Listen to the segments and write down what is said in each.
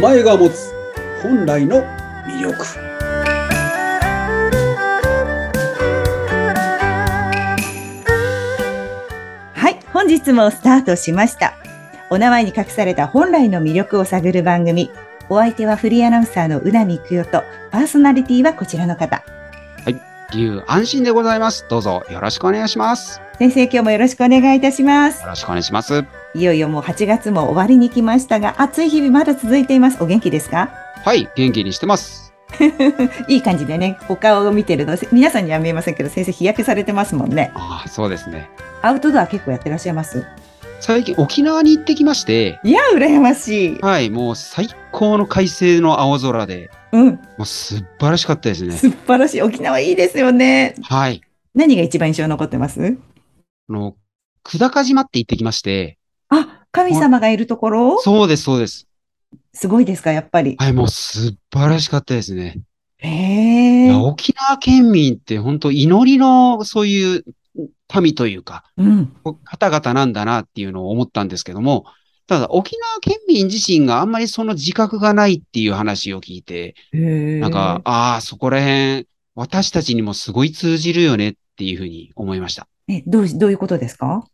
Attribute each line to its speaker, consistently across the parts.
Speaker 1: 前が持つ本来の魅力
Speaker 2: はい、本日もスタートしました。お名前に隠された本来の魅力を探る番組。お相手はフリーアナウンサーの宇波久代と、パーソナリティはこちらの方。
Speaker 3: 牛安心でございます。どうぞよろしくお願いします。
Speaker 2: 先生、今日もよろしくお願いいたします
Speaker 3: よ。ろしくお願いします。
Speaker 2: いよいよもう8月も終わりに来ましたが、暑い日々まだ続いています。お元気ですか
Speaker 3: はい、元気にしてます。
Speaker 2: いい感じでね、お顔を見てるの、せ皆さんには見えませんけど、先生日焼けされてますもんね。
Speaker 3: ああ、そうですね。
Speaker 2: アウトドア結構やってらっしゃいます
Speaker 3: 最近沖縄に行ってきまして、
Speaker 2: いや、羨ましい。
Speaker 3: はい、もう最高の快晴の青空で、
Speaker 2: うん、
Speaker 3: もう素晴らしかったですね。
Speaker 2: 素晴らしい。沖縄いいですよね。
Speaker 3: はい。
Speaker 2: 何が一番印象に残ってます
Speaker 3: あの、久高島って行ってきまして、
Speaker 2: あ、神様がいるところ
Speaker 3: そうです、そうです。
Speaker 2: すごいですか、やっぱり。
Speaker 3: はい、もう素晴らしかったですね。い
Speaker 2: へえ
Speaker 3: や。沖縄県民って本当祈りのそういう民というか、
Speaker 2: うん。
Speaker 3: 方々なんだなっていうのを思ったんですけども、ただ沖縄県民自身があんまりその自覚がないっていう話を聞いて、
Speaker 2: な
Speaker 3: なんか、、ああ、そこら辺、私たちにもすごい通じるよねっていうふうに思いました。
Speaker 2: え、どうし、どういうことですか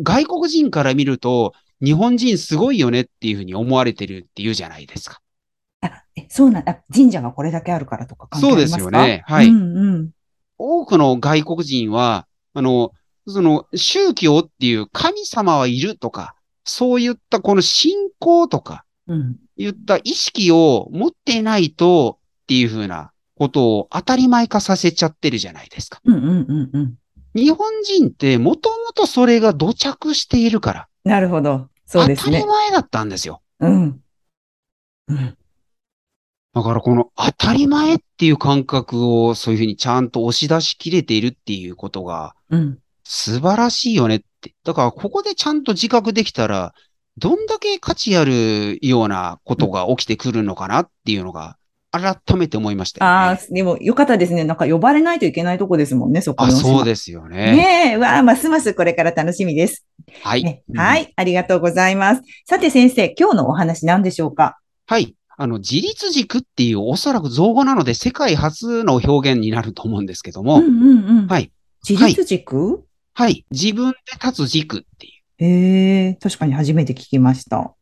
Speaker 3: 外国人から見ると、日本人すごいよねっていうふうに思われてるっていうじゃないですか。
Speaker 2: あ、え、そうなんだ。神社がこれだけあるからとか関係あ
Speaker 3: そう
Speaker 2: り
Speaker 3: で
Speaker 2: ます
Speaker 3: す
Speaker 2: か
Speaker 3: よね。はい。
Speaker 2: うんうん。
Speaker 3: 多くの外国人は、あの、その宗教っていう神様はいるとか、そういったこの信仰とか、
Speaker 2: うん。
Speaker 3: 言った意識を持っていないとっていうふうなことを当たり前化させちゃってるじゃないですか。
Speaker 2: うんうんうんうん。
Speaker 3: 日本人ってもともとそれが土着しているから、
Speaker 2: なるほど。そうですね
Speaker 3: 当たり。前だったんですよ。
Speaker 2: うん。うん。
Speaker 3: だからこの当たり前っていう感覚をそういうふうにちゃんと押し出しきれているっていうことが
Speaker 2: うん。
Speaker 3: 素晴らしいよねって。だからここでちゃんと自覚できたら、どんだけ価値あるようなことが起きてくるのかなっていうのが改めて思いましたよね。
Speaker 2: ああ、でもよかったですね。なんか呼ばれないといけないとこですもんね、そこ
Speaker 3: あ、
Speaker 2: の島
Speaker 3: そうですよね。
Speaker 2: ねえ、わあ、ますますこれから楽しみです。
Speaker 3: はい。
Speaker 2: ね
Speaker 3: うん
Speaker 2: はい、ありがとうございます。さて先生、今日のお話何でしょうか
Speaker 3: はい。あの、自立軸っていうおそらく造語なので世界初の表現になると思うんですけども、
Speaker 2: うんうんうん
Speaker 3: はい。
Speaker 2: 自立軸、
Speaker 3: はい。自分で立つ軸ってい
Speaker 2: ええ確かに初めて聞きました。
Speaker 3: う。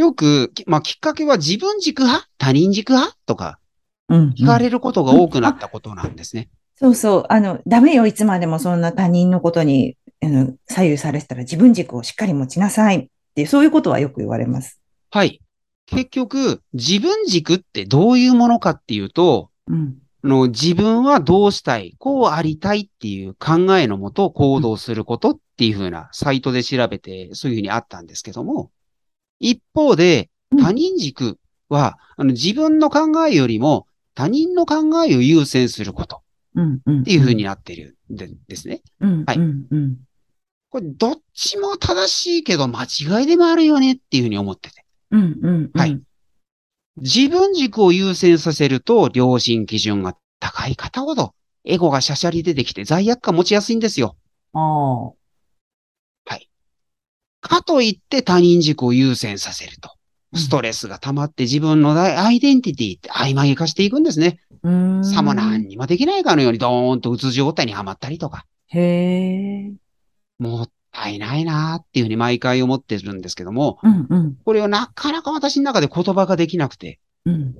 Speaker 3: よく、きまあ、きっかけは自分軸派他人軸派とか
Speaker 2: うん、
Speaker 3: 聞かれることが多くなったことなんですね。
Speaker 2: そうそう。あの、ダメよ、いつまでもそんな他人のことに、あの、左右されてたら自分軸をしっかり持ちなさいって、そういうことはよく言われます。
Speaker 3: はい。結局、自分軸ってどういうものかっていうと、
Speaker 2: うん。
Speaker 3: あの自分はどうしたい、こうありたいっていう考えのもと行動することっていうふうなサイトで調べて、そういうふうにあったんですけども、一方で
Speaker 2: うん
Speaker 3: 他人軸は、あの自分の考えよりも他人の考えを優先すること
Speaker 2: うん、うん。っ
Speaker 3: っていうふうに、なってるんでですね。
Speaker 2: うん、
Speaker 3: はい
Speaker 2: うん、うん。
Speaker 3: これどっちも正しいけど間違いでもあるよねっていうふうに思ってて。
Speaker 2: うん、うん。
Speaker 3: はい。自分軸を優先させると良心基準が高い方ほどエゴがしゃしゃり出てきて罪悪感持ちやすいんですよ。
Speaker 2: ああ。
Speaker 3: かといって他人軸を優先させると、ストレスが溜まって自分のアイデンティティって曖昧化していくんですね。
Speaker 2: うーん。
Speaker 3: さも何にもできないかのようにドーンとうつ状態にはまったりとか、
Speaker 2: へえ。
Speaker 3: もったいないなーっていうふうに毎回思ってるんですけども、
Speaker 2: うん、うん、
Speaker 3: これをなかなか私の中で言葉ができなくて、
Speaker 2: うん。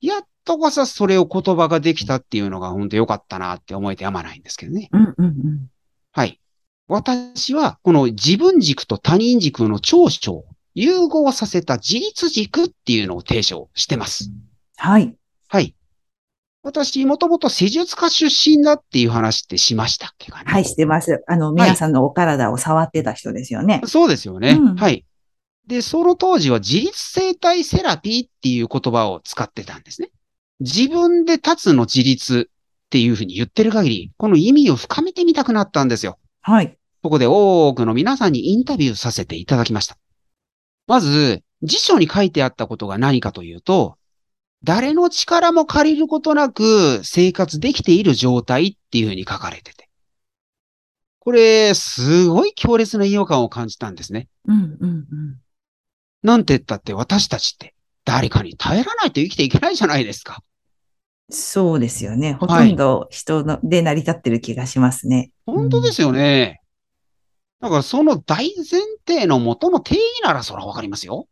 Speaker 3: やっとこそそれを言葉ができたっていうのが本当良かったなって思えてやまないんですけどね。
Speaker 2: うん、うん、うん。
Speaker 3: はい。私は、この自分軸と他人軸の長所を融合させた自立軸っていうのを提唱してます。
Speaker 2: はい。
Speaker 3: はい。私、もともと施術家出身だっていう話ってしましたっけかね。
Speaker 2: はい、してます。あの、皆さんのお体を触ってた人ですよね。
Speaker 3: そうですよね。
Speaker 2: うん
Speaker 3: はい。で、その当時は自立生体セラピーっていう言葉を使ってたんですね。自分で立つの自立っていうふうに言ってる限り、この意味を深めてみたくなったんですよ。
Speaker 2: はい。
Speaker 3: ここで多くの皆さんにインタビューさせていただきました。まず、辞書に書いてあったことが何かというと、誰の力も借りることなく生活できている状態っていうふうに書かれてて。これ、すごい強烈な違和感を感じたんですね。
Speaker 2: うん、うん、うん。
Speaker 3: なんて言ったって私たちって誰かに耐えらないと生きていけないじゃないですか。
Speaker 2: そうですよね。ほとんど人の、で成り立ってる気がしますね。
Speaker 3: 本当ですよね。だからその大前提の元の定義ならそらわかりますよ。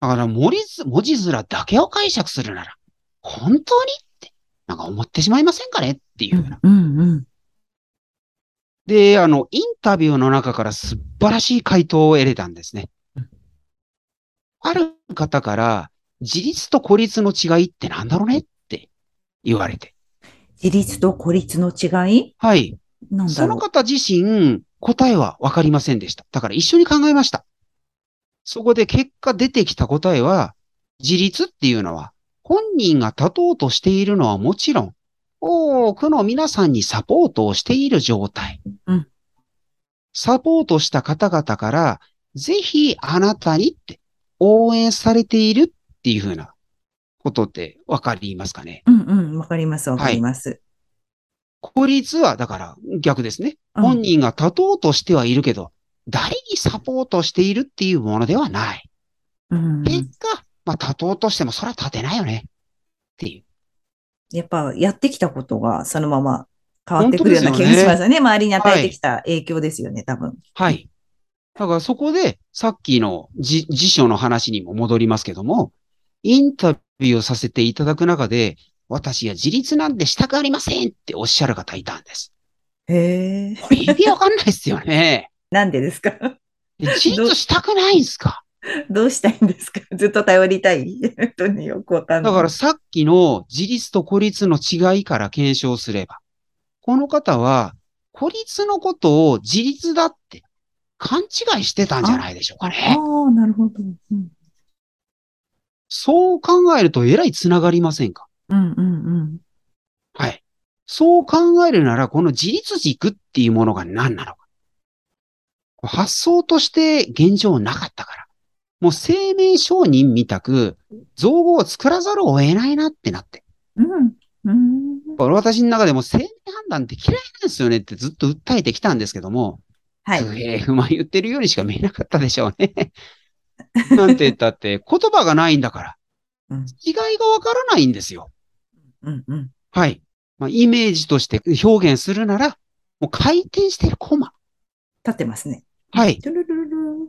Speaker 3: だから文字文字面だけを解釈するなら、本当にって、なんか思ってしまいませんかねっていううような。
Speaker 2: んうんうん。
Speaker 3: で、あの、インタビューの中から素晴らしい回答を得れたんですね
Speaker 2: うん。
Speaker 3: ある方から、自立と孤立の違いってなんだろうねって言われて。
Speaker 2: 自立と孤立の違い
Speaker 3: はい。
Speaker 2: なんだ
Speaker 3: そ
Speaker 2: ろ
Speaker 3: の
Speaker 2: う。
Speaker 3: 方自身、答えは分かりませんでした。だから一緒に考えました。そこで結果出てきた答えは、自立っていうのは、本人が立とうとしているのはもちろん、多くの皆さんにサポートをしている状態。
Speaker 2: うん
Speaker 3: サポートした方々から、ぜひあなたにって応援されているっていうふうなことって分かりますかね。
Speaker 2: うんうん。わかります、わかります。
Speaker 3: 孤立は、だから逆ですね。
Speaker 2: うん
Speaker 3: 本人が立とうとしてはいるけど、誰にサポートしているっていうものではない。
Speaker 2: うんうん
Speaker 3: 結果、まあ、立とうとしてもそれは立てないよね。っていう。
Speaker 2: やっぱやってきたことがそのまま変わってくるような気がしますよね。周りに与えてきた影響ですよね、多分。
Speaker 3: はい。だからそこで、さっきのじ辞書の話にも戻りますけども、インタビューをさせていただく中で、私は自立なんでしたくありませんっておっしゃる方いたんです。
Speaker 2: へえ。
Speaker 3: これ意味わかんないですよ ね。
Speaker 2: なんでですか
Speaker 3: 自立したくないんすか
Speaker 2: どうしたいんですかずっと頼りたい本当によくわかんな
Speaker 3: だ
Speaker 2: い。
Speaker 3: からさっきの自立と孤立の違いから検証すれば、この方は孤立のことを自立だって勘違いしてたんじゃないでしょうか
Speaker 2: あ
Speaker 3: ね。
Speaker 2: あ、なるほど。うん、
Speaker 3: そう考えるとえらい繋がりませんか
Speaker 2: うん、うん
Speaker 3: はい。そう考えるなら、この自立軸っていうものが何なのか。発想として現状なかったから。もう生命商人みたく、造語を作らざるを得ないなってなって。
Speaker 2: うん。うん。うん。
Speaker 3: これ私の中でも生命判断って嫌いなんですよねってずっと訴えてきたんですけども、
Speaker 2: はい。
Speaker 3: 不平不満言ってるようにしか見えなかったでしょうね。 なんて言ったって言葉がないんだから、
Speaker 2: うん
Speaker 3: 違いがわからないんですよ。
Speaker 2: うん、うん。
Speaker 3: はい。まあ、イメージとして表現するなら、もう回転してるコマ。
Speaker 2: 立ってますね。
Speaker 3: はい。
Speaker 2: トゥルルルルン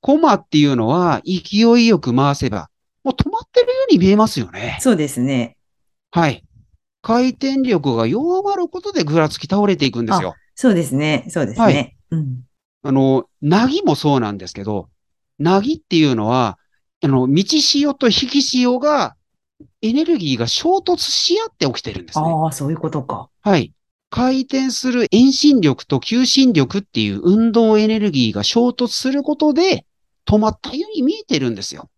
Speaker 3: コマっていうのは勢いよく回せば、もう止まってるように見えますよね。
Speaker 2: そうですね。
Speaker 3: はい。回転力が弱まることでぐらつき倒れていくんですよ。
Speaker 2: そうですね。そうですね。
Speaker 3: はい
Speaker 2: うん。
Speaker 3: あの、なぎもそうなんですけど、なぎっていうのは、あの、満ち潮と引き潮が、エネルギーが衝突し合って起きてるんですね。
Speaker 2: ああ、そういうことか。
Speaker 3: はい。回転する遠心力と求心力っていう運動エネルギーが衝突することで、止まったように見えてるんですよ。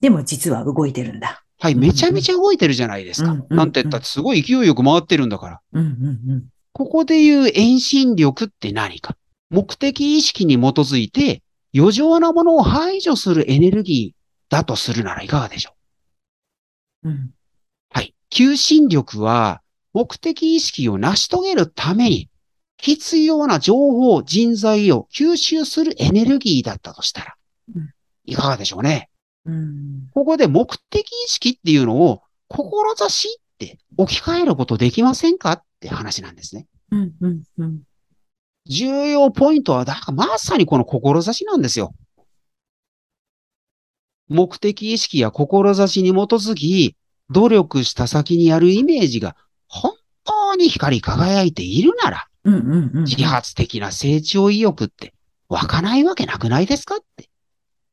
Speaker 2: でも実は動いてるんだ。
Speaker 3: はい。めちゃめちゃ動いてるじゃないです
Speaker 2: うん
Speaker 3: か
Speaker 2: うん。うん
Speaker 3: なんて言ったら、すごい勢いよく回ってるんだから。
Speaker 2: うん、うん、うん。
Speaker 3: ここで言う遠心力って何か目的意識に基づいて余剰なものを排除するエネルギーだとするならいかがでしょ
Speaker 2: うん
Speaker 3: うはい。求心力は目的意識を成し遂げるために必要な情報、人材を吸収するエネルギーだったとしたら
Speaker 2: うん、
Speaker 3: いかがでしょうね。
Speaker 2: うん
Speaker 3: ここで目的意識っていうのを志って置き換えることできませんかって話なんですね。
Speaker 2: うんうんうん
Speaker 3: 重要ポイントは、だからまさにこの志なんですよ。目的意識や志に基づき、努力した先にあるイメージが本当に光り輝いているなら、
Speaker 2: うんうんうん
Speaker 3: 自発的な成長意欲って湧かないわけなくないですかっていう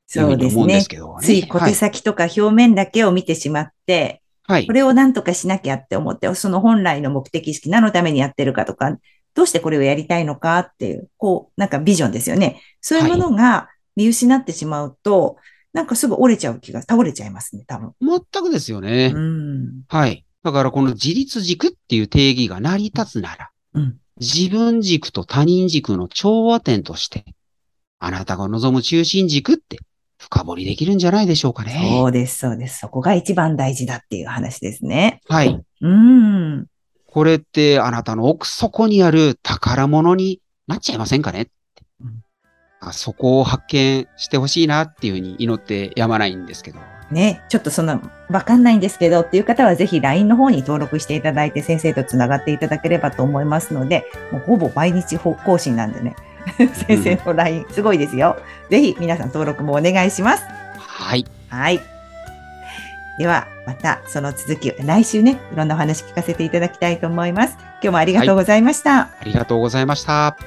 Speaker 3: ふ
Speaker 2: そう
Speaker 3: に
Speaker 2: です
Speaker 3: 思うんで
Speaker 2: ね
Speaker 3: す。けどね。
Speaker 2: つい小手先とか表面だけを見てしまって、
Speaker 3: はい。
Speaker 2: こ
Speaker 3: はい。
Speaker 2: れを何とかしなきゃって思って、その本来の目的意識、何のためにやってるかとか、どうしてこれをやりたいのかっていう、こう、なんかビジョンですよね。そういうものが見失ってしまうと、なんかすぐ折れちゃう気が、倒れちゃいますね、多分。
Speaker 3: 全くですよね。
Speaker 2: うん。
Speaker 3: はい。だからこの自立軸っていう定義が成り立つなら、
Speaker 2: うん。
Speaker 3: 自分軸と他人軸の調和点として、あなたが望む中心軸って深掘りできるんじゃないでしょうか
Speaker 2: そ
Speaker 3: ね。
Speaker 2: うです、そうです。そこが一番大事だっていう話ですね。
Speaker 3: はい。
Speaker 2: うん。
Speaker 3: これってあなたの奥底にある宝物になっちゃいませんかねってあそこを発見してほしいなっていうふうに祈ってやまないんですけど。
Speaker 2: ね、ちょっとその、わかんないんですけどっていう方は、ぜひ LINE の方に登録していただいて、先生とつながっていただければと思いますので、もうほぼ毎日ほ更新なんでね。 先生の LINE、すごいですよ。ぜひ皆さん登録もお願いします。
Speaker 3: はい。
Speaker 2: はい。では、またその続き、来週ね、いろんなお話聞かせていただきたいと思います。今日もありがとうございました。
Speaker 3: ありがとうございました。